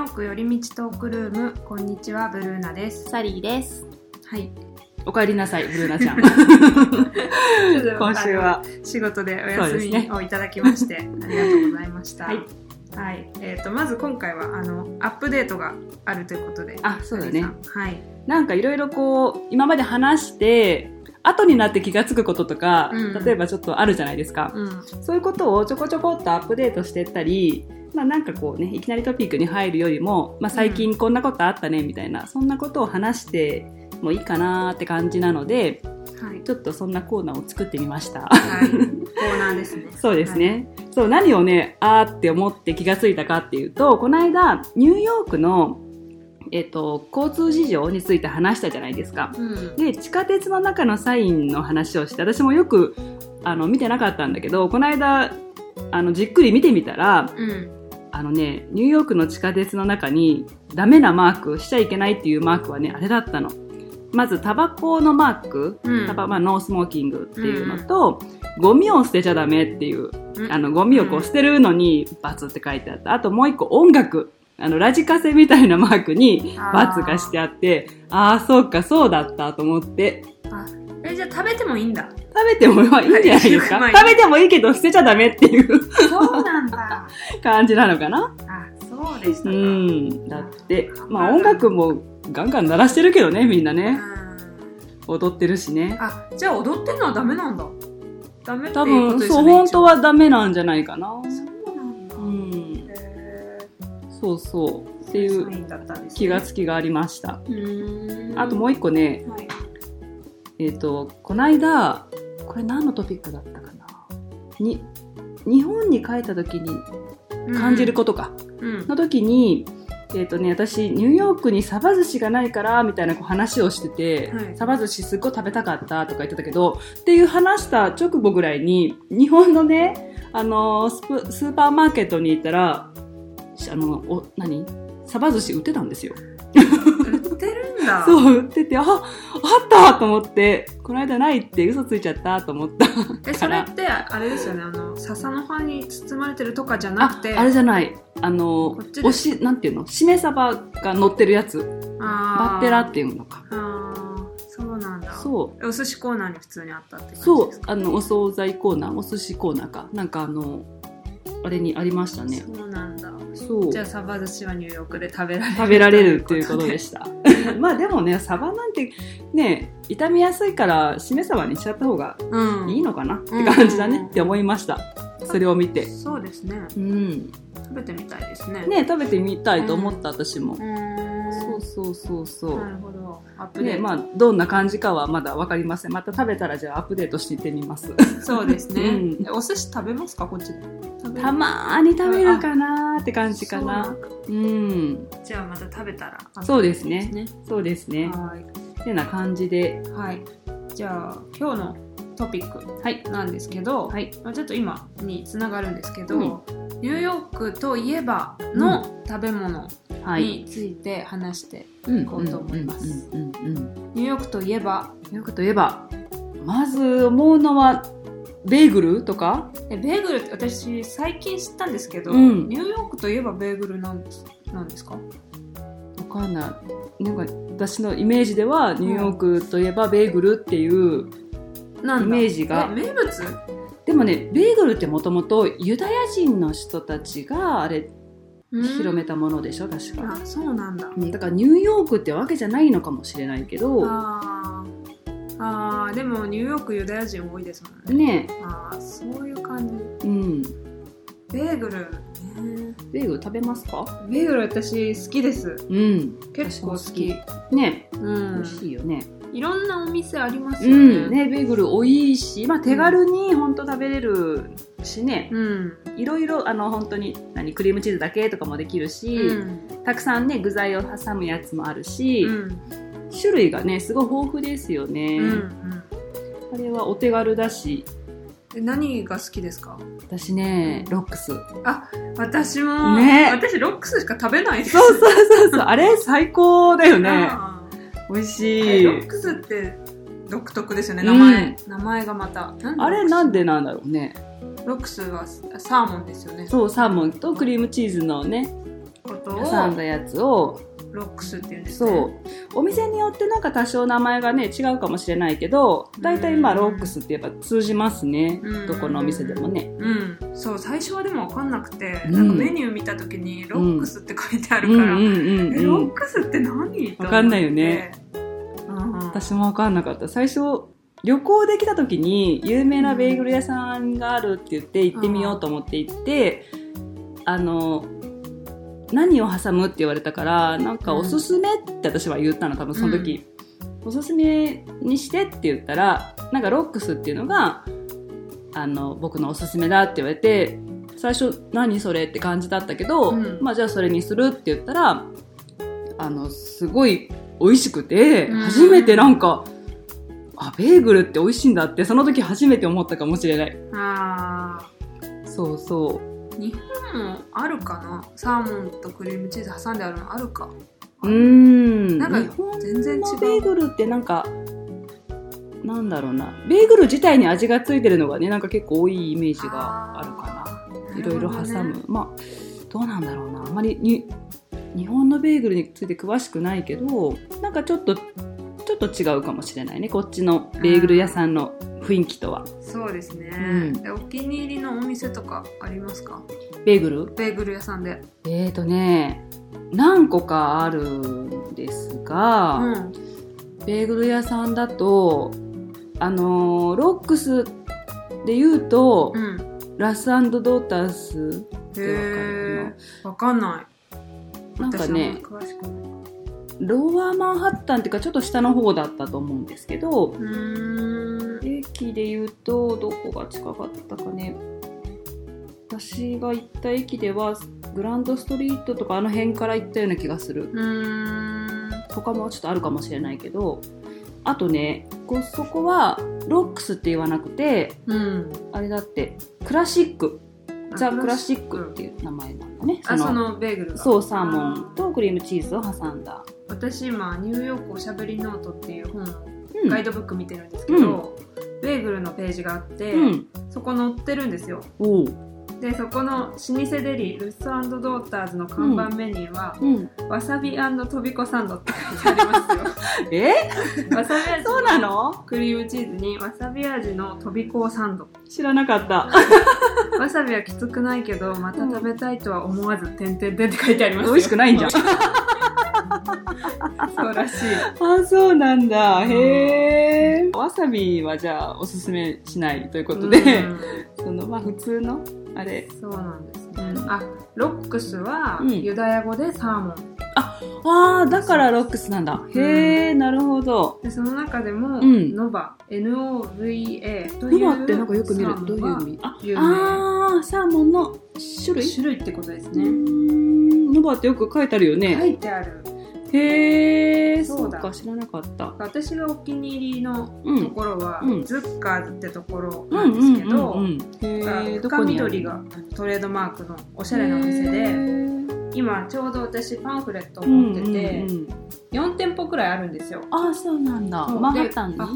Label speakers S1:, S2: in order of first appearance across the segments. S1: チトークルームこんにちはブルーナです
S2: サリーです。
S1: はい
S2: お帰りなさい、ブルーナちゃん。 今週は。
S1: 仕事でお
S2: そ
S1: 休
S2: うですね
S1: みをいただきま して、ありがとうございました
S2: はい、
S1: はいえー、とまず今回はあのアップデートがあるということで
S2: あ、そうだね
S1: サ。リーさんはい
S2: なんかいろいろこう、今まで話して、後になって気がつくこととか、
S1: うん
S2: 例えばちょっとあるじゃないですか。
S1: うん
S2: そういうことをちょこちょこっとアップデートしてったり、まあなんかこうね、いきなりトピックに入るよりも、まあ最近こんなことあったね、みたいな、そんなことを話してもいいかなーって感じなので、
S1: はい
S2: ちょっとそんなコーナーを作ってみました。
S1: はい、コーナーですね。
S2: そうですね。そう、何をね、あーって思って気がついたかっていうと、この間、ニューヨークの、えっ、と、交通事情について話したじゃないですか。
S1: はい。うん。
S2: で、地下鉄の中のサインの話をして、私もよく、あの、見てなかったんだけど、この間、あの、じっくり見てみたら、
S1: うん。
S2: あのね、ニューヨークの地下鉄の中に、ダメなマーク、しちゃいけないっていうマークはね、あれだったの。まず、タバコのマーク、
S1: うん
S2: タバまあ、ノースモーキングっていうのと、ゴミを捨てちゃダメっていう、
S1: うん
S2: あの、ゴミをこう捨てるのに、バツって書いてあった。あともう一個、音楽。あの、ラジカセみたいなマークに、
S1: あー
S2: バツがしてあって、ああ、そうか、そうだったと思って、
S1: あ、え、じゃあ食べてもいいん だ。
S2: 食べてもまあいいんじゃないですか
S1: はい
S2: 食べてもいいけど捨てちゃダメっていう
S1: そうなんだ。
S2: 感じなのかな
S1: あ、そうでしたか。う
S2: う
S1: ん。
S2: ん。だって、まあ音楽もガンガン鳴らしてるけどね、みんなね。踊ってるしね。
S1: あ、じゃあ踊ってんのはダメなんだ。ダメってい
S2: 多
S1: うこと
S2: 分、
S1: です
S2: そ
S1: よ
S2: う、
S1: ね。
S2: 本当
S1: は。
S2: はダメなんじゃないかな。
S1: そうなんだ。
S2: うん。
S1: へ
S2: そうそう。
S1: ー
S2: っていう
S1: サインだったんですね
S2: 気がつきがありました。
S1: うーん。
S2: あともう一個ね、
S1: はい。
S2: えっ、と、こないだ、これ何のトピックだったかなに、日本に帰った時に感じることか。
S1: うん。
S2: の時に、えっ、とね、私、ニューヨークにサバ寿司がないから、みたいなこう話をしてて、
S1: はい
S2: サバ寿司すっごい食べたかったとか言ってたけど、っていう話した直後ぐらいに、日本のね、あのースプスーパーマーケットに行ったら、しあの、お、何サバ寿司売ってたんですよ。
S1: 売ってるんだ。う。
S2: そう、売ってて、あ、あったと思って、この間ないって嘘ついちゃったと思った。
S1: え、それって、あれですよね。あの、笹の葉に包まれてるとかじゃな
S2: あ
S1: くて、、
S2: あれじゃない。あの
S1: こっち
S2: ー、
S1: で
S2: おし、なんていうのしめサバが乗ってるやつ。バ
S1: バ
S2: ッテラっていうのか。
S1: あーそうなんだ
S2: そう。
S1: お寿司コーナーに普通にあったって感じ
S2: そう
S1: です、か
S2: あの、お惣菜コーナー、お寿司コーナーか。なんかあの、あれにありましたね。
S1: そうなんだ
S2: そう。
S1: じゃあサバ寿司はニューヨークで食べられる
S2: 食べられるっていうことで
S1: し
S2: した。 まあでもね、サバなんてね、傷みやすいから、しめサバにしちゃった方が
S1: た、うん、
S2: いいのかなって感じだ
S1: うん
S2: ねって思いました。それを見て。
S1: そうですね
S2: うん。
S1: 食べてみたいですね
S2: ね、食べてみたいと思った私も
S1: う。ーん
S2: そうそうそうそ
S1: な
S2: う。
S1: るほどアップデー
S2: ね、
S1: ト、
S2: まあ、どんな感じかはまだわかりません。また食べたらじゃあアップデートしていってみます。
S1: そうですね、
S2: うん
S1: えお寿司食べますかこっちで食べる
S2: たまーに食べるかなーって感じかな。うん、
S1: そうじゃあまた食べたら
S2: そうですね
S1: アップデート
S2: そうです
S1: で
S2: ね。
S1: すね
S2: てな感じで、
S1: はい、はい、じゃあ今日のトピック
S2: はい、
S1: なんですけど、
S2: はい、
S1: まあ、ちょっと今につながるんですけど、
S2: うん
S1: ニューヨークといえばの食べ物
S2: はい、
S1: について話して、
S2: うん
S1: こうと思います
S2: うんうんうんうん
S1: ニューヨークといえば
S2: よくといえば、まず思うのはベーグルとか、
S1: えベーグルって私最近知ったんですけど、
S2: うん
S1: ニューヨークといえばベーグルなんなんですか
S2: わかんない。なんか私のイメージではニューヨークといえばベーグルっていう、
S1: な
S2: イメージが
S1: え名物
S2: でもね、ベーグルってもともとユダヤ人の人たちがあれ広め
S1: た
S2: たものでしょ、確か。
S1: あそうなんだ、
S2: うんだからニューヨークってわけじゃないのかもしれないけど、
S1: あーあーでもニューヨークユダヤ人多いですもんね
S2: ね、
S1: あーそういう感じ
S2: うん、
S1: ベーグル、ね
S2: ベーグル食べますか？
S1: ベーグル私好きです
S2: うん、
S1: 結構好き
S2: ね、
S1: うん
S2: 美味しいよね。
S1: いろんなお店あります
S2: う
S1: よね。
S2: ん、ねベーグル美味しい。まあ手軽に本当食べれるしね、
S1: うん。
S2: いろいろあの本当に何クリームチーズだけとかもできるし、
S1: うん。
S2: たくさんね具材を挟むやつもあるし、
S1: うん。
S2: 種類がねすごい豊富ですよね。
S1: うん。
S2: あれはお手軽だし、
S1: え何が好きですか
S2: 私ねロックス。
S1: 私も、
S2: ね
S1: 私ロックスしか食べないです。
S2: そうそうそうそう、あれ最高だよね。
S1: あ
S2: 美
S1: ー
S2: 味し
S1: え
S2: い
S1: ロ。ックスって独特ですよね、名前。名前がまた。
S2: あれなん
S1: で
S2: でなんだろうね。
S1: ロックスロックスはサーモンですよね。
S2: そうサーモンとクリームチーズのね
S1: こと
S2: 挟んだ
S1: を
S2: やつを
S1: ロックスっていうんですね
S2: そうお店によってなんか多少名前がね違うかもしれないけど大体まあ
S1: うん
S2: ロックスってやっぱ通じますね
S1: うん
S2: どこのお店でもね
S1: うん、そう最初はでも分かんなくて、
S2: うん
S1: なんかメニュー見た時に「ロックス」って書いてあ
S2: うん
S1: る
S2: う
S1: から「
S2: ん
S1: え
S2: う
S1: ロ
S2: んう
S1: ッ
S2: ん
S1: クスって何?」
S2: わかんないよね
S1: と思って、
S2: 私も分かんなかった最初旅行できた時に有名なベーグル屋さんがあるって言って行ってみようと思って行ってあの何を挟むって言われたからなんかおすすめって私は言ったの多分その時、おすすめにしてって言ったらなんかロックスっていうのがあの僕のおすすめだって言われて最初何それって感じだったけど、
S1: うん
S2: まあじゃあそれにするって言ったらあのすごい美味しくて、
S1: うん
S2: 初めてなんかあベーグルって美味しいんだってその時初めて思ったかもしれない
S1: うん、ああ
S2: そうそう
S1: もうあるかなサーモンとクリームチーズ挟んであるのあるか
S2: うーん
S1: なんか
S2: 日本
S1: 全然違
S2: の
S1: う
S2: ベーグルってなんかなんだろうなベーグル自体に味がついてるのがねなんか結構多いイメージがあるかな
S1: なる
S2: い
S1: ほ
S2: ろいろ
S1: どね
S2: 挟む、まあどうなんだろうなあまりに日本のベーグルについて詳しくないけどなんかちょっとちょっと違うかもしれないねこっちのベーグル屋さんの雰囲気とは
S1: そうですね、
S2: うん
S1: でお気に入りのお店とかありますか
S2: ベーグル
S1: ベーグル屋さんで
S2: えーとね何個かあるんですが、
S1: うん
S2: ベーグル屋さんだとあのーロックスで言うと、
S1: うん
S2: ラスドータース
S1: へ
S2: ってわ
S1: えわか
S2: かるかな
S1: んない
S2: なんかね
S1: 私あんま詳しくない
S2: ローアーマンハッタンっていうかちょっと下の方だったと思うんですけど、
S1: うーん
S2: 駅で言うとどこが近かったかね私が行った駅ではグランドストリートとかあの辺から行ったような気がする
S1: うーん
S2: 他もちょっとあるかもしれないけどあとねこそこはロックスって言わなくて
S1: うん
S2: あれだってクラシックザ・クラシッ
S1: う
S2: ク
S1: ん
S2: っていう名前なんだね
S1: あそのベーグルが
S2: そうサーモンとクリームチーズを挟んだ、
S1: 私今ニューヨークおしゃべりノートっていう本を
S2: うん、
S1: ガイドブック見てるんですけど、ベーグルのページがあって、
S2: うん
S1: そこ載ってるんですよ
S2: おう
S1: でそこの老舗デリルッソドーターズの看板メニューは、
S2: うん、
S1: わさびとびこサンドって書いてあります
S2: え
S1: よわさび味
S2: そうなの
S1: クリームチーズにわさび味のとびこをサンド
S2: 知らなかった
S1: わさびはきつくないけどまた食べたいとは思わず「てんてんてん」って書いてあります
S2: 美
S1: よ
S2: 味しくないんじゃん
S1: そうらしい
S2: あそうなんだへえわさびはじゃあおすすめしないということで、
S1: うん
S2: そのまあ普通のあれ
S1: そうなんですね、
S2: うん
S1: あロックスは
S2: うん
S1: ユダヤ語でサーモン、
S2: あーだからロックスなんだへえなるほど
S1: でその中でも、
S2: うん
S1: ノバ NOVA という
S2: 今ってなんかよく見る
S1: サーモン
S2: どういう
S1: が
S2: 意味あ
S1: 有名
S2: あーサーモンの種類
S1: 種類ってことです
S2: うー
S1: ね、
S2: んノバってよく書いてあるよね、
S1: 書いてある
S2: へえそ
S1: そう
S2: う
S1: だ
S2: か知らなかった
S1: 私がお気に入りの
S2: うん
S1: ところは、
S2: うん
S1: ズッカーズってところ
S2: う
S1: なん
S2: ん
S1: で
S2: うん
S1: すけど、
S2: うんうんへえど
S1: 深
S2: こにある
S1: 緑がトレードマークのおしゃれなお店
S2: へ
S1: で
S2: ー
S1: 今ちょうど私パンフレットを
S2: うん
S1: 持ってて、
S2: うんうん
S1: 4店舗くらいあるんですよ
S2: あそうなんだ
S1: そう
S2: マンハッタンに
S1: で
S2: あ
S1: あ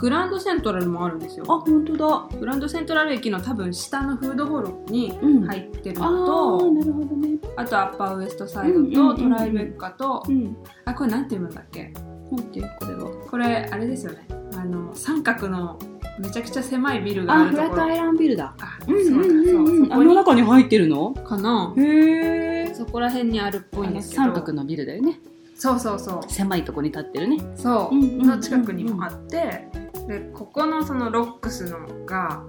S1: グランドセントラルもあるんですよ
S2: 本当だ
S1: グランドセントラル駅の多分下のフードホールに
S2: うん
S1: 入ってる
S2: あ
S1: のと、
S2: ーなるほどね
S1: あとアッパーウエストサイド
S2: うんうんうん
S1: とトライベッカと、
S2: うん
S1: あこれなんて読むんだっけ
S2: なんていうこれは
S1: これあれですよねあの三角のめちゃくちゃ狭いビルがあ
S2: あ
S1: る
S2: フ
S1: と
S2: ラ
S1: こ
S2: ットアイ
S1: ろ
S2: ランビルだ
S1: あ
S2: うん
S1: そう
S2: う
S1: だ
S2: ん
S1: そううん
S2: うん
S1: そ
S2: あ
S1: こ
S2: の
S1: に
S2: 中に入ってるの
S1: かな
S2: へえ
S1: そこら辺にあるっぽいんですけど
S2: 三角のビルだよね
S1: そうそうそう
S2: 狭いとこに立ってるね
S1: そう、
S2: うんうんうんうん
S1: の近くにもあってでここのそのロックスのが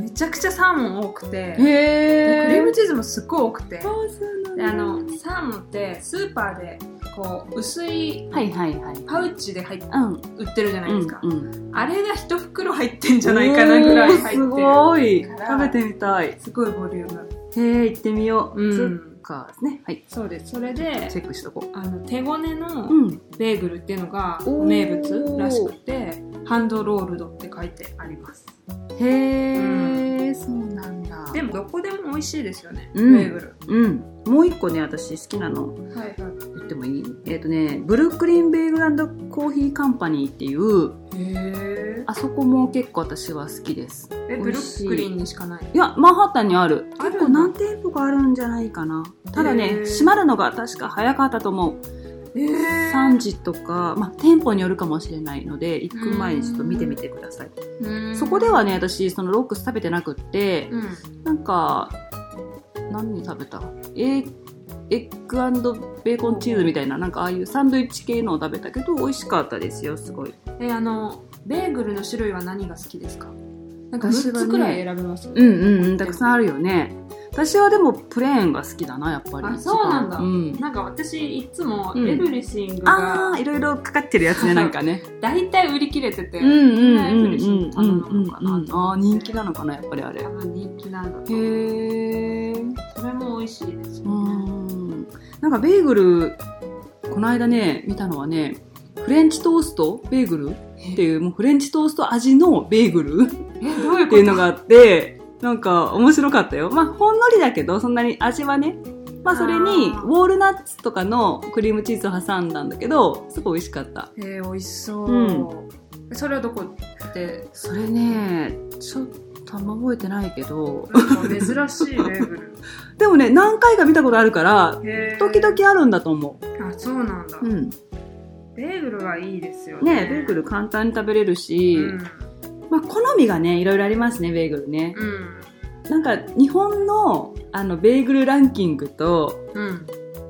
S1: めちゃくちゃサーモン多くてでクリ
S2: へ
S1: ーム
S2: え
S1: チーズもすっごい多くて
S2: そう
S1: で
S2: な
S1: あ
S2: ん
S1: の
S2: だ
S1: サーモンってスーパーでこう薄い
S2: はいはいはい
S1: パウチで入っ
S2: うん
S1: 売ってるじゃないですか、
S2: うんうん
S1: あれが一袋入ってんじゃないかなぐらい入ってる
S2: おーすごい
S1: から
S2: 食べてみたい
S1: すごいボリューム
S2: へえ行ってみよう
S1: うん
S2: ズッカーですねはい
S1: そうですそれで
S2: チェックしとこ
S1: あの手ごね
S2: う
S1: の
S2: うん
S1: ベーグルっていうのが
S2: おー
S1: 名物らしくてハンドロールドって書いてあります
S2: へえそうなんだ
S1: でもどこでも美味しいですよね、
S2: うん
S1: ベーグル
S2: うんもう一個ね私好きな
S1: は
S2: の
S1: いはい
S2: 言ってもいいえっ、とねブルックリン・ベーグルコーヒーカンパニーっていう
S1: へえ
S2: あそこも結構私は好きです
S1: えブルックリンにしかない
S2: いやマンハッタンにある
S1: あるんだ
S2: 結構何店舗かあるんじゃないかなただ
S1: へ
S2: ね
S1: ー
S2: 閉まるのが確か早かったと思う
S1: え
S2: 3時とか、まあ、店舗によるかもしれないので行く前にちょっと見てみてくださいそこではね私そのロックス食べてなくって
S1: うん
S2: なんか何食べたエエッグベーコンチーズみたいななんかああいうサンドイッチ系のを食べたけど美味しかったですよすごい
S1: えあのベーグルの種類は何が好きですかなんか
S2: 私
S1: 6
S2: はね
S1: つくらい選べますよね
S2: うんうんうんたくさんあるよね私はでもプレーンが好きだなやっぱり
S1: あ
S2: 一番
S1: そうなんだ
S2: うん、
S1: なんか私いつも
S2: うん
S1: エブリシング
S2: あ
S1: が
S2: あいろいろかかってるやつねなんかね
S1: 大体売り切れてて、
S2: うんうん
S1: エ
S2: うん
S1: ブリシング
S2: う
S1: 頼
S2: ん
S1: むのか
S2: うんう
S1: なんと
S2: あ
S1: 思
S2: あ
S1: って
S2: 人気なのかなやっぱりあれ
S1: 多分人気なんだと思う
S2: へえ
S1: それも美味しいです
S2: う
S1: よね
S2: んなんかベーグルこの間ね見たのはねフレンチトーストベーグルっていうもうフレンチトースト味のベーグル
S1: えどういうこ
S2: って
S1: と
S2: いうのがあってなんか面白かったよまあほんのりだけどそんなに味はねまあそれに
S1: あー
S2: ウォールナッツとかのクリームチーズを挟んだんだけどすごい美味しかった
S1: えー、美味しそう、
S2: う
S1: それはどこ って
S2: それねちょっとあんま覚えてないけど
S1: なんか珍しいベーグル
S2: でもね何回か見たことあるから
S1: へー
S2: 時々あるんだと思
S1: あそうなんだ、
S2: う、うん、
S1: ベーグルはいいですよね
S2: ねベーグル簡単に食べれるし、
S1: うん、
S2: まあ、好みがねいろいろありますねベーグルね、
S1: うん
S2: なんか日本のあのベーグルランキングと
S1: うん、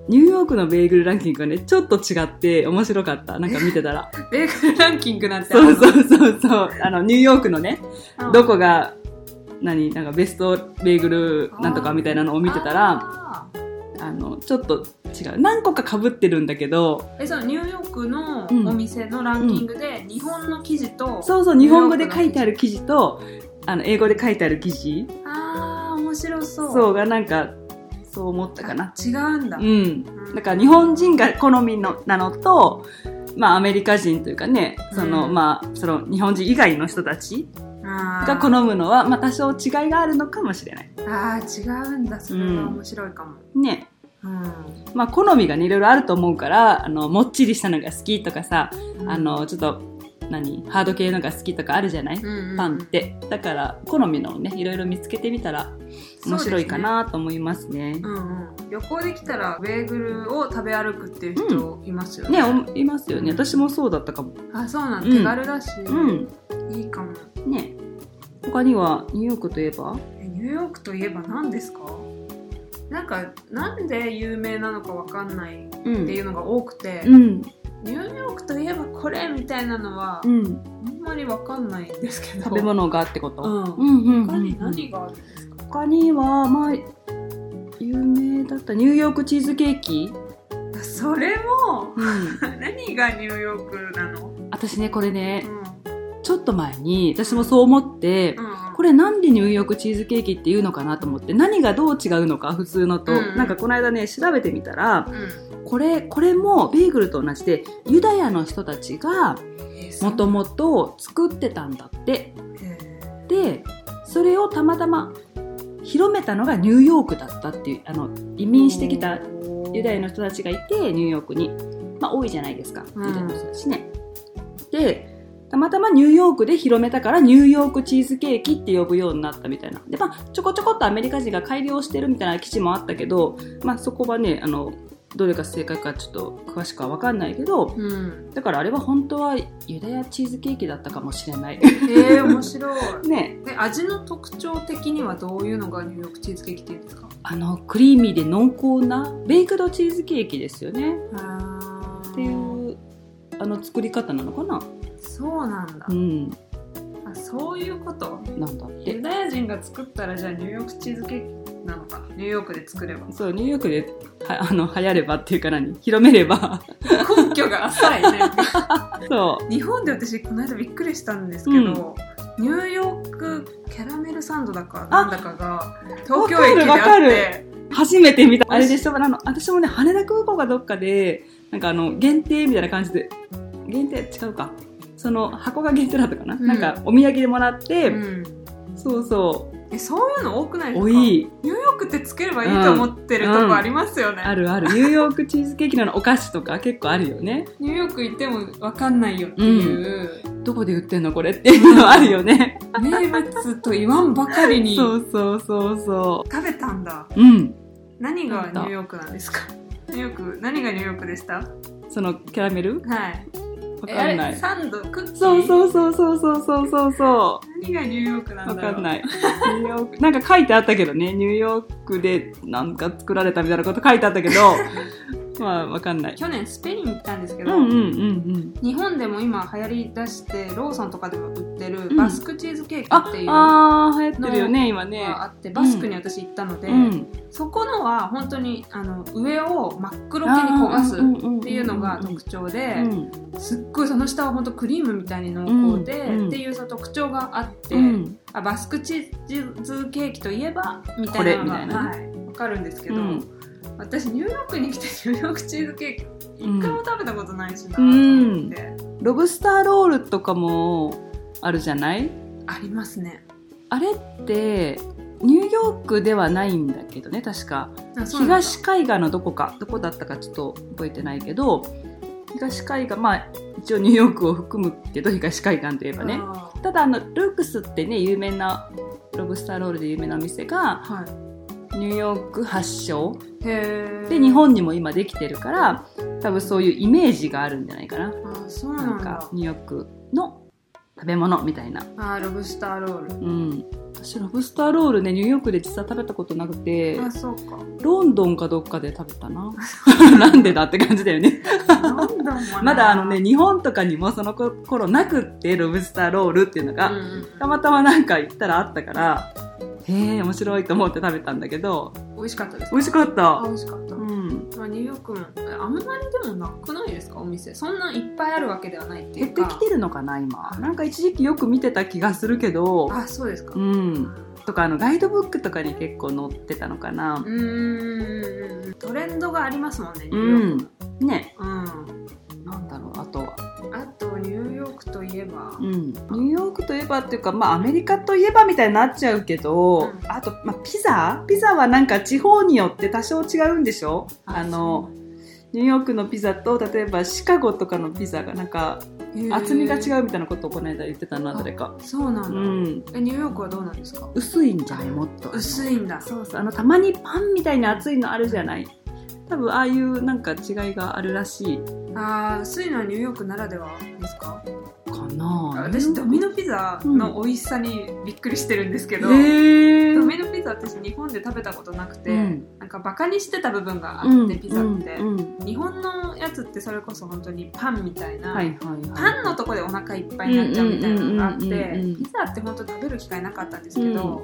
S2: ニューヨークのベーグルランキングがね、ちょっと違って面白かった。なんか見てた ら。
S1: ベーグルランキングなんてあ
S2: そ
S1: る
S2: う
S1: の
S2: そうそうそう。あの、ニューヨークのね、
S1: あ
S2: どこが、何、なんかベストベーグルなんとかみたいなのを見てたら、
S1: あー
S2: あの、ちょっと違う。何個か被ってるんだけど、
S1: えそのニューヨークの
S2: うん
S1: お店のランキングで日本の記事と、
S2: そうそう、日本語で書いてある記事と、あの、英語で書いてある記事、
S1: あー面白そう
S2: そうがなんか、そう思ったかな。
S1: あ違うんだ、
S2: うん。
S1: うん
S2: だから日本人が好みのなのと、まあアメリカ人というかね、その、
S1: うん
S2: まあ、その日本人以外の人たち
S1: あ
S2: が
S1: ー
S2: 好むのは、まあ、多少違いがあるのかもしれない。
S1: あー違うんだそれは面白いかも、
S2: ね。
S1: うん
S2: まあ、好みがね、いろいろあると思うから、あの、もっちりしたのが好きとかさ、あの、ちょっと、何ハード系のが好きとかあるじゃない、パンっ、て。だから、好みのをね、いろいろ見つけてみたら、
S1: うんうん
S2: 面白いか、なと思います
S1: そうですね
S2: ね。
S1: うんうん、旅行できたらベーグルを食べ歩くっていう人いますよね,、
S2: ね、おいますよね。私もそうだったかも。
S1: あそうなんだ、
S2: うん
S1: 手軽だし、
S2: うん。
S1: いいかも
S2: ね。他には、ニューヨークといえば
S1: えニューヨークといえば何ですかなんかなんで有名なのかわかんないっ
S2: うん
S1: ていうのが多くて、
S2: うん。
S1: ニューヨークといえばこれみたいなのは、
S2: うん。
S1: あんまりわかんないんですけど
S2: 食べ物がってこと、
S1: うん
S2: うんうんうん
S1: 他に何があるんですか、
S2: 他にはまあ有名だったニューヨークチーズケーキ、
S1: それも
S2: うん、
S1: 何がニューヨークなの、うん
S2: 私ねこれね
S1: うん
S2: ちょっと前に私もそう思って、こ
S1: れ
S2: れなんでニューヨークチーズケーキっていうのかなと思って何がどう違うのか普通のと、
S1: うん
S2: なんかこの間ね調べてみたら
S1: うん
S2: これこれもベーグルと同じでユダヤの人たちが
S1: えーそ
S2: も
S1: う
S2: ともと作ってたんだって
S1: えー
S2: でそれをたまたま広めたのがニューヨークだったっていうあの移民してきたユダヤの人たちがいてニューヨークに、まあ、多いじゃないですか、
S1: うん
S2: ユダヤの人たちねでたまたまニューヨークで広めたからニューヨークチーズケーキって呼ぶようになったみたいなで、まあ、ちょこちょこっとアメリカ人が改良してるみたいな記事もあったけど、まあ、そこはねあのどれが正解かちょっと詳しくは分かんないけど
S1: うん、
S2: だからあれは本当はユダヤチーズケーキだったかもしれない
S1: えー、面 白い
S2: ね
S1: で味の特徴的にはどういうのがニューヨークチーズケーキっていうんですか
S2: あのクリーミーで濃厚なベイクドチーズケーキですよね
S1: あー
S2: っていうあの作り方なのかな
S1: そうなんだ
S2: う、ん
S1: あそういうこと
S2: なんだって
S1: ユダヤ人が作ったらじゃあニューヨークチーズケーキなのかニューヨークで作 れば
S2: そうニューヨークではあの流行ればっていうか何広め れば
S1: 根拠が浅いね
S2: そ
S1: 日本で私この間びっくりしたんですけど、ニューヨークキャラメルサンドだかなんだかが東京駅で
S2: わ
S1: あ
S2: か
S1: っ
S2: るわ
S1: て
S2: う初めて見たあ
S1: 美
S2: れ
S1: 味しい
S2: でしょあの私もね羽田空港かどっかでなんかあの限定みたいな感じで限定違うかその箱が限定だったかな、
S1: うん
S2: なんかお土産でもらって、
S1: うん
S2: そうそう
S1: えそういうの多くないですか
S2: 多い。
S1: ニューヨークってつければいいと思ってるとこありますよね、
S2: ある ある。ニューヨークチーズケーキのお菓子とか結構あるよね。
S1: ニューヨーク行ってもわかんないよっていう、
S2: どこで売ってんのこれっていうのあるよね。
S1: 名物と言わんばかりに
S2: そうそうそうそ
S1: 食べたんだ
S2: う。うん。
S1: 何がニューヨークなんですかニューヨーク何がニューヨークでしたはい
S2: そのキャラメルわ
S1: え
S2: かん
S1: あ
S2: な
S1: れ
S2: い。
S1: サンドクッキー
S2: そうそうそうそうそうそうそうそ
S1: 何がニューヨークな
S2: う。
S1: んだ
S2: わ
S1: ろ
S2: か
S1: うん
S2: ない。ニューヨーク。なんか書いてあったけどね。ニューヨークでなんか作られたみたいなこと書いてあっ たけど、まあわかんない。
S1: 去年スペイン行ったんですけ
S2: うん
S1: ど、
S2: うんうん
S1: 日本でも今流行りだしてローソンとかでも売ってる
S2: ん
S1: バスクチーズケーキっていう
S2: うん。
S1: の
S2: ああー、流行ってるよね、今ね。
S1: があってバスクに私行ったので、
S2: うん。
S1: そこのは本当にあの上を真っ黒けに焦がすっていうのが特徴で、
S2: うん
S1: すっごいその下は本当クリームみたいに濃厚で、
S2: うん
S1: っていうその特徴があって、
S2: うん
S1: あバスクチーズケーキといえばみた
S2: これ
S1: いなの
S2: みたい
S1: が
S2: な
S1: はい、分かるんですけど、
S2: うん
S1: 私ニューヨークに来てニューヨークチーズケーキ
S2: うん
S1: 一回も食べたことないしなと思って、
S2: ロブスターロールとかもあるじゃない
S1: ありますね。
S2: あれってニューヨークではないんだけどね確か
S1: あそうなんだ
S2: 東海岸のどこかどこだったかちょっと覚えてないけど東海岸まあ一応ニューヨークを含むけど東海岸といえばね
S1: あ
S2: ただあのルークスってね有名なロブスターロールで有名なお店が
S1: ーは
S2: ニューヨーク発祥
S1: い、へえ
S2: で日本にも今できてるから多分そういうイメージがあるんじゃないかな
S1: あーそう
S2: な
S1: なんん
S2: か
S1: だ
S2: ニューヨークの食べ物みたいな
S1: あーロブスターロー
S2: うん私ロブスターロールねニューヨークで実は食べたことなくて
S1: ルあそうか
S2: ロンドンかどっかで食べ たななんでだって感じだよね
S1: なんだもんな
S2: まだあのね、日本とかにもその頃なくってロブスターロールっていうの
S1: う
S2: が、
S1: んうん
S2: たまたまなんか行ったらあったからへえ面白いと思って食べたんだけど
S1: 美味しかったです
S2: 美味しかっ
S1: あ
S2: た
S1: 美味しかった、
S2: うん
S1: まあ、ニューヨークもえあんまりでもなくないですかお店そんないっぱいあるわけではないってい
S2: 減っ
S1: う
S2: て
S1: か
S2: きてるのかな今なんか一時期よく見てた気がするけど
S1: あそうですか
S2: う
S1: うん
S2: とかあのガイドブックとかに結構載ってたのかな、
S1: ーんトレンドがありますもんねニュ
S2: う
S1: ーヨー
S2: ん。ね。
S1: クうん、
S2: なんだろう、あとは。
S1: あとニューヨークといえば、
S2: うん。ニューヨークといえばっていうか、まあアメリカといえばみたいになっちゃうけど、
S1: うん
S2: あと、まあピザピザはなんか地方によって多少違うんでしょ
S1: あ
S2: あの、ニューヨークのピザと、例えばシカゴとかのピザがなんか厚みが
S1: う
S2: 違うみたいなことをこの間言ってたな、誰か。
S1: そうな
S2: うん
S1: だ、
S2: ん。
S1: えニューヨークはどうなんですか
S2: 薄いんじゃないもっと。
S1: 薄いんだ
S2: そうそう。あの、たまにパンみたいに厚いのあるじゃない多分ああいうなんか違いがあるらしい
S1: あー薄いのはニューヨークならではですか
S2: かな
S1: 私ドミノピザの美味しさにびっくりしてるんですけど、
S2: へー
S1: ドミノピザ私日本で食べたことなくて、
S2: うん
S1: なんかバカにしてた部分があって、ピザって、
S2: うんうん
S1: 日本のやつってそれこそ本当にパンみたいな、
S2: はいはいはい、
S1: パンのとこでお腹いっぱいになっちゃうみたいなのがあって
S2: うんうんうんうんうん
S1: ピザって本当食べる機会なかったんですけど、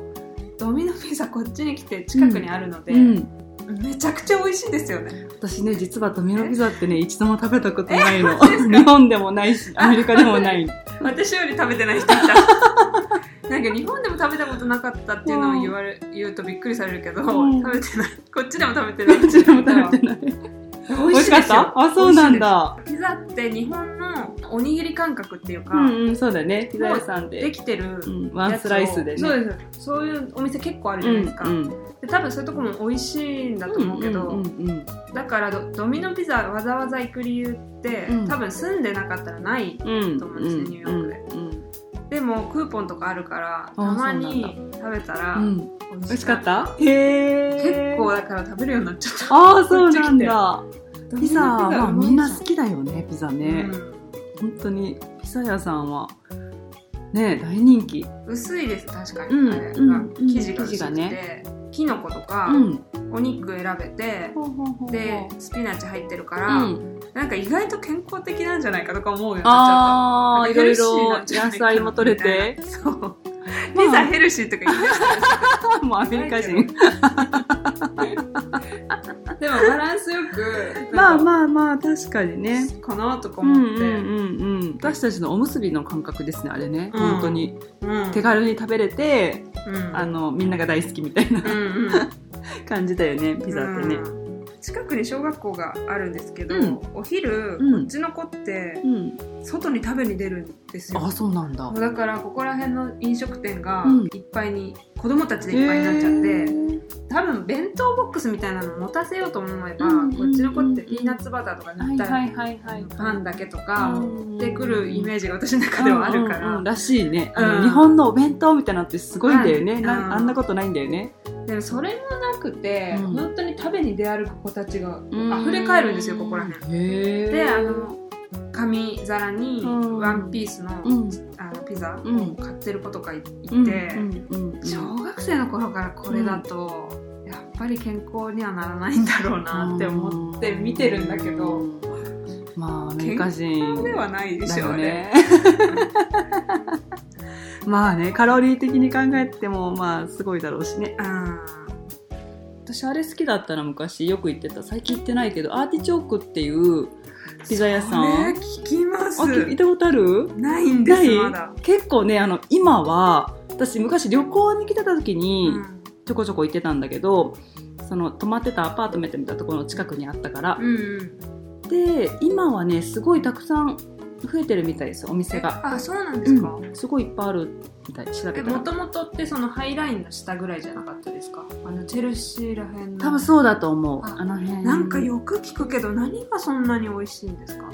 S1: ドミノピザこっちに来て近くにあるので、
S2: うん、
S1: めちゃくちゃ美味しいんですよね
S2: 私ね実はドミノピザってね一度も食べたことな いの
S1: 本当ですか
S2: 日本でもないしアメリカでも ないっ
S1: 私より食べてない人いた なんか日本でも食べたことなかったっていうのを言われ言うとびっくりされるけど、
S2: うん
S1: 食べてないこっちでも食べてない
S2: ちでも食べてない
S1: 美
S2: 美
S1: 味
S2: 味
S1: し
S2: し
S1: い
S2: か
S1: で
S2: っ
S1: すよ
S2: たあそうなんだ
S1: ピザって日本のおにぎり感覚っていうか、
S2: うんうんそうだねピザ屋さん
S1: で
S2: で、
S1: きてる
S2: うん、ワンスライスでね
S1: そうですそういうお店結構あるじゃないですか、
S2: うんうん
S1: で多分そういうとこも美味しいんだと思うけど、
S2: うんうんうん
S1: だからドドミノピザわざわざ行く理由って、
S2: うん
S1: 多分住んでなかったらない
S2: うん
S1: と思うんですねニューヨークで
S2: うん
S1: でもクーポンとかあるから
S2: そう
S1: たま
S2: な
S1: に食べたら
S2: うんうん美
S1: 美
S2: 味しかったたへえ
S1: 結構だから食べるようになっちゃった
S2: ああそうなんだ
S1: ドミノ
S2: ピザまあ
S1: うまいじゃ
S2: みんな好きだよねピザね、
S1: うん
S2: 本当にピザ屋さんはね大人気
S1: 薄いです確かに、
S2: うん
S1: あれが
S2: うん
S1: 生地が薄くて、
S2: 生地がね
S1: キノコとか、
S2: うん
S1: お肉選べてでスピナッチ入ってるから、
S2: うん、
S1: なんか意外と健康的なんじゃないかとか思うようになっ
S2: ああ
S1: ちゃ
S2: い
S1: った
S2: ろ
S1: なんかヘル
S2: いろ
S1: シーなん
S2: 野
S1: じゃない
S2: 菜
S1: か
S2: も取れて
S1: みたいなそう
S2: まあ
S1: ピザヘルシーとか言いました
S2: もうアメリカ人
S1: でもバランスよく
S2: まあ
S1: あ
S2: まあまあ確かにね
S1: かなとか
S2: うん
S1: 思っ
S2: うん
S1: て、
S2: うんうん私たちのおむすびの感覚ですねあれね、
S1: うん
S2: 本当に
S1: うん
S2: 手軽に食べれて、
S1: うん
S2: あのみんなが大好きみたいな
S1: うんうん
S2: 感じだよねピザってね、
S1: うん近くに小学校があるんですけど、
S2: うん
S1: お昼、
S2: う
S1: こ
S2: ん
S1: っちの子って
S2: うん。
S1: 外に食べに出るんですよ
S2: あ、そうなんだ
S1: もう。だからここら辺の飲食店が
S2: うん
S1: いっぱいに、子供たちでいっぱいになっちゃって、
S2: て。
S1: 多分弁当ボックスみたいなの持たせようと思えば、
S2: うん
S1: こっちの子ってピーナッツバターとか
S2: は
S1: 塗
S2: い
S1: った
S2: はいはいはい。
S1: パンだけとか
S2: うん
S1: 持ってくるイメージが私の中ではあるから、
S2: うんうんうんらしいね、あの
S1: うん
S2: 日本のお弁当みたいなのってすごいんだよね、
S1: はいうん
S2: なあんなことないんだよね
S1: でもそれもなくて、
S2: うん
S1: 本当に食べに出歩く子たちが溢れ返るんですよここら辺。
S2: 辺へえ
S1: であの紙皿に
S2: うん
S1: ワンピースの,、
S2: うん
S1: あのピザ
S2: うん
S1: を買ってる子とかいて、
S2: うんうんうんうん
S1: 小学生の頃からこれだと、やっぱり健康にはならないんだろうなって思って見てるんだけど、
S2: うんまあアメリカ人
S1: ではないで
S2: だ
S1: しょ
S2: よ
S1: うね。
S2: ね まあねカロリー的に考えてもまあすごいだろうしね
S1: うん
S2: 私あれ好きだったな昔よく行ってた最近行ってないけどアーティチョークっていうピザ屋さん
S1: それ聞きます
S2: あ聞いたことある
S1: ないんで
S2: な
S1: す
S2: い
S1: まだ、
S2: 結構ねあの今は私昔旅行に来てた時
S1: う
S2: に
S1: ん
S2: ちょこちょこ行ってたんだけど、その泊まってたアパートメントみたいなところの近くにあったから、
S1: うんうん、
S2: で今はねすごいたくさん増えてるみたいですお店が、
S1: あそうなんですか、
S2: うんすごいいっぱいあるみたい調べ
S1: え
S2: た
S1: も
S2: ら
S1: ともとってそのハイラインの下ぐらいじゃなかったですかあのチェルシーらへんの
S2: 多分そうだと思う
S1: あ
S2: あの辺
S1: なんかよく聞くけど何がそんなに美味しいんですか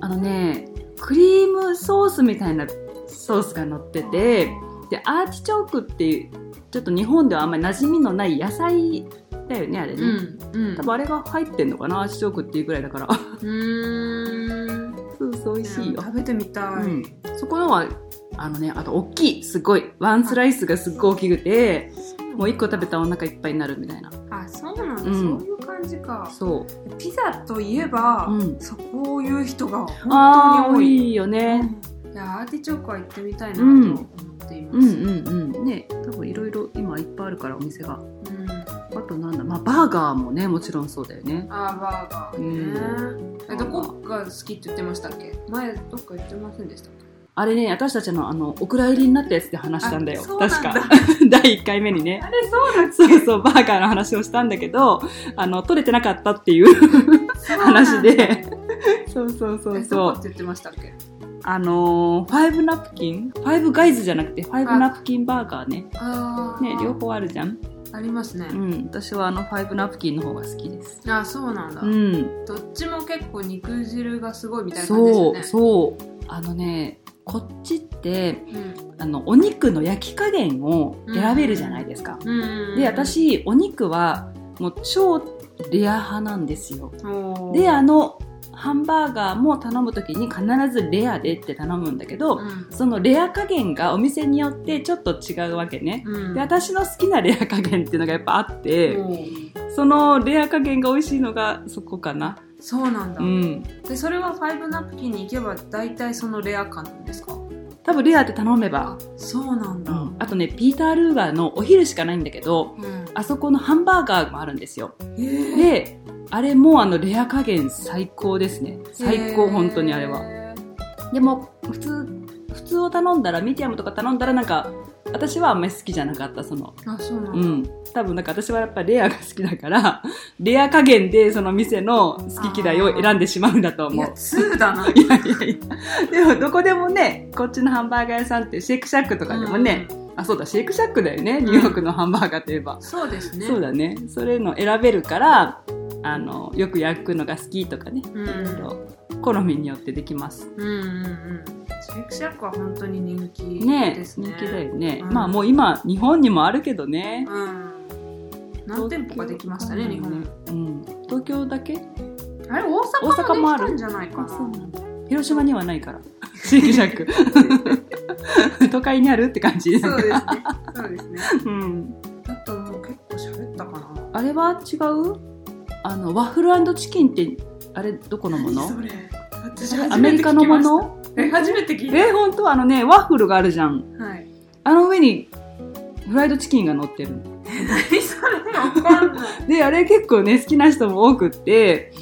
S2: あのねクリームソースみたいなソースが乗っててでアーティチョークっていうちょっと日本ではあんまり馴染みのない野菜だよねあれね、
S1: うんうん
S2: 多分あれが入ってんのかなアーチョークっていうぐらいだから
S1: うーん
S2: そうそう美味しいよ、
S1: 食べてみたい、
S2: うんそこのはあのねあと大きいすごいワンスライスがすっごい大きくてもう1個食べたらお腹いっぱいになるみたいな
S1: あそうなんだ、
S2: うん
S1: そういう感じか
S2: そう
S1: ピザといえば、
S2: うん
S1: そこを言う人が
S2: あ
S1: 本
S2: ー
S1: 当
S2: 多
S1: に
S2: いよ
S1: 多い
S2: ね、
S1: うんいやアーティチョークは行ってみたいなと
S2: うん
S1: 思っています、
S2: うん、うんうんね多分いろいろ今いっぱいあるからお店が
S1: うん
S2: あとなんだまあバーガーもねもちろんそうだよね
S1: あーバーガーね、
S2: うん
S1: えどこが好きって言ってましたっけ前どっか言ってませんでしたっけ
S2: あれね私たちのあのお蔵入りになったやつで話したんだよ
S1: あそうなん
S2: 確
S1: だ
S2: か 第1回目にね
S1: あれそうだっ
S2: そうそう、バーガーの話をしたんだけど、あの、取れてなかったっていう 話で、そうそうそう
S1: え
S2: そ
S1: どこ
S2: う
S1: っ。て言ってましたっけ
S2: あのーファイブナプキンファイブガイズじゃなくて、ファイブナプキンバーガーね。
S1: ああ、
S2: ね、両方あるじゃん。
S1: ありますね
S2: う、ん、私はあの、ファイブナプキンの方が好きです。
S1: あそうなんだ、
S2: うん、
S1: どっちも結構肉汁がすごいみたいな感じです
S2: そ
S1: よね
S2: う、そう。あのね、こっちって、
S1: うん
S2: あの、お肉の焼き加減を選べるじゃないですか。
S1: うんうんうん
S2: で、私、お肉は、もう超レア派なんですよ。
S1: おー
S2: であのハンバーガーも頼む時に必ずレアでって頼むんだけど、
S1: うん
S2: そのレア加減がお店によってちょっと違うわけね、
S1: うん
S2: で私の好きなレア加減っていうのがやっぱあって、
S1: おー
S2: そのレア加減が美味しいのがそこかな
S1: そうなんだ、
S2: うん
S1: でそれはファイブナプキンに行けば大体そのレア感なんですか
S2: 多分レアって頼めば
S1: あそうなんだ、
S2: うんあとねピーター・ルーガーのお昼しかないんだけど
S1: うん
S2: あそこのハンバーガーもあるんですよ
S1: えー
S2: であれもあのレア加減最高ですね最高本当にあれは
S1: へ
S2: でも普通普通を頼んだらミディアムとか頼んだらなんか私はあんまり好きじゃなかったその
S1: ーあそうなんだ、
S2: うん多分なんか私はやっぱレアが好きだから レア加減でその店の好き嫌いを選んでしまうんだと
S1: い
S2: 思
S1: や
S2: う
S1: 2だな
S2: いやいやいやでもどこでもねこっちのハンバーガー屋さんってシェイクシャックと かでもね、あそうだシェイクシャックだよねニューヨークのハンバーガーといえば
S1: うん、そうですね
S2: そうだねそれの選べるからあのよく焼くのが好きとかね
S1: うん
S2: いろいろ好みによってできます
S1: うんうんうんシェイクシャックは本当に人気
S2: ね
S1: ですね
S2: 人気だよね、
S1: うん
S2: まあもう今日本にもあるけどね
S1: うん何店舗かできましたね日本、
S2: うん、東京だけ
S1: あれ大
S2: 大阪
S1: 阪
S2: も
S1: も
S2: あ
S1: でき
S2: る
S1: たんじゃないかな
S2: なんだ広島にはないからシェイクシャ ック都会にあるって感じ
S1: そうです ねそうですね
S2: うん、
S1: あともう結構喋ったかな
S2: あれは違うあのワッフルチキンってあれどこのも
S1: 何そ
S2: の
S1: れ私
S2: アメリカのもの
S1: え初めて聞いた
S2: え本当あのねワッフルがあるじゃん
S1: はい
S2: あの上にフライドチキンが乗ってるの
S1: 何それわかんない
S2: であれ結構ね好きな人も多くって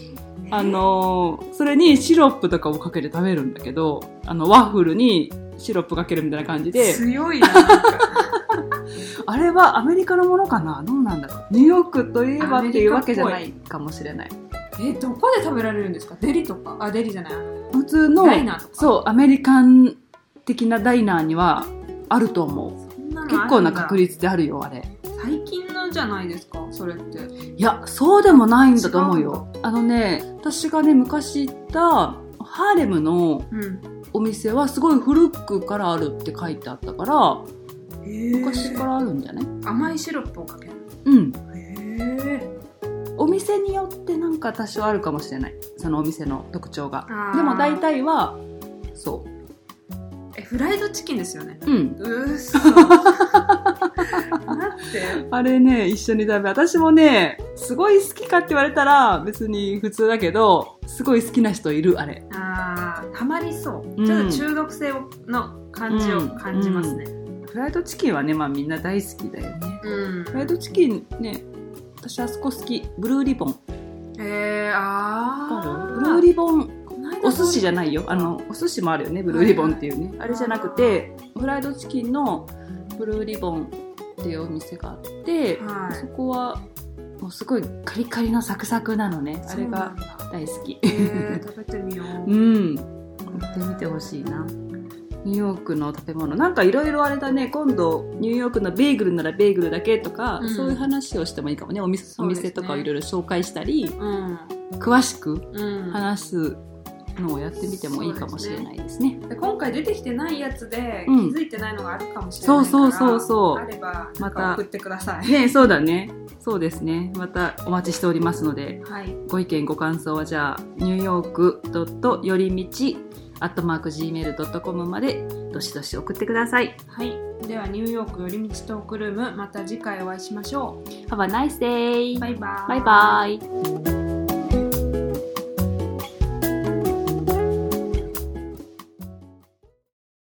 S2: あのーそれにシロップとかをかけて食べるんだけどあのワッフルにシロップかけるみたいな感じで
S1: 強いななんか
S2: あれはアメリカのものかなどうなんだろうニューヨークといえばっていうわけじゃないかもしれない
S1: えどこで食べられるんですかデリとかあデリじゃない
S2: 普通の
S1: ダイナーとか
S2: そうアメリカン的なダイナーにはあると思う
S1: そんのあるんだ
S2: 結構な確率であるよあれ
S1: 最近のじゃないですかそれって
S2: いやそうでもないんだと思う
S1: 違う
S2: よあのね私がね昔行ったハーレムの
S1: うん
S2: お店はすごい古くからあるって書いてあったから昔からあるんじゃない
S1: 甘いシロップをかける
S2: うん
S1: へえ
S2: お店によってなんか多少あるかもしれないそのお店の特徴が
S1: あー
S2: でも大体はそ
S1: えフライドチキンですよね
S2: ううん
S1: うっ そ待って
S2: あれね一緒に食べ私もねすごい好きかって言われたら別に普通だけどすごい好きな人いるあれ
S1: あーたまりそう、
S2: うん
S1: ちょっと中毒性の感じを感じますね
S2: フライドチキンはねまあみんな大好きだよね
S1: うん、
S2: フライドチキンね私あそこ好きブルーリボン
S1: えー、
S2: わ
S1: あ
S2: か
S1: ー
S2: るブルーリボン
S1: この間
S2: お寿司じゃ
S1: い
S2: ないよあのお寿司もあるよねブルーリボンっていうねあれじゃなくてフライドチキンのブルーリボンっていうお店があって、
S1: はい
S2: そこはもうすごいカリカリのサクサクなのねあれが大好き
S1: えー、食べてみよう
S2: うん行ってみてほしいなニューヨークの食べ物なんかいろいろあれだね今度ニューヨークのベーグルならベーグルだけとか、
S1: うん
S2: そういう話をしてもいいかもねお店
S1: そ
S2: お
S1: うですね
S2: 店とかをいろいろ紹介したり
S1: うん
S2: 詳しく
S1: うん
S2: 話すのをやってみてもいいかもしれないですね。
S1: で今回出てきてないやつで気
S2: うん
S1: づいてないのがあるかもしれないから、
S2: そうそうそうそう
S1: あれば
S2: ま
S1: ま
S2: た
S1: た送ってください、
S2: ねそうだね。そうですね。またお待ちしておりますので、
S1: はい
S2: ご意見、ご感想はじゃあ、ニューヨークドットよりみち、アットマーク Gmail.com まで、どしどし送ってください。
S1: はい、ではニューヨーク寄り道トークルームまた次回お会いしましょ
S2: Have a nice day!
S1: うバイバー
S2: バイバイ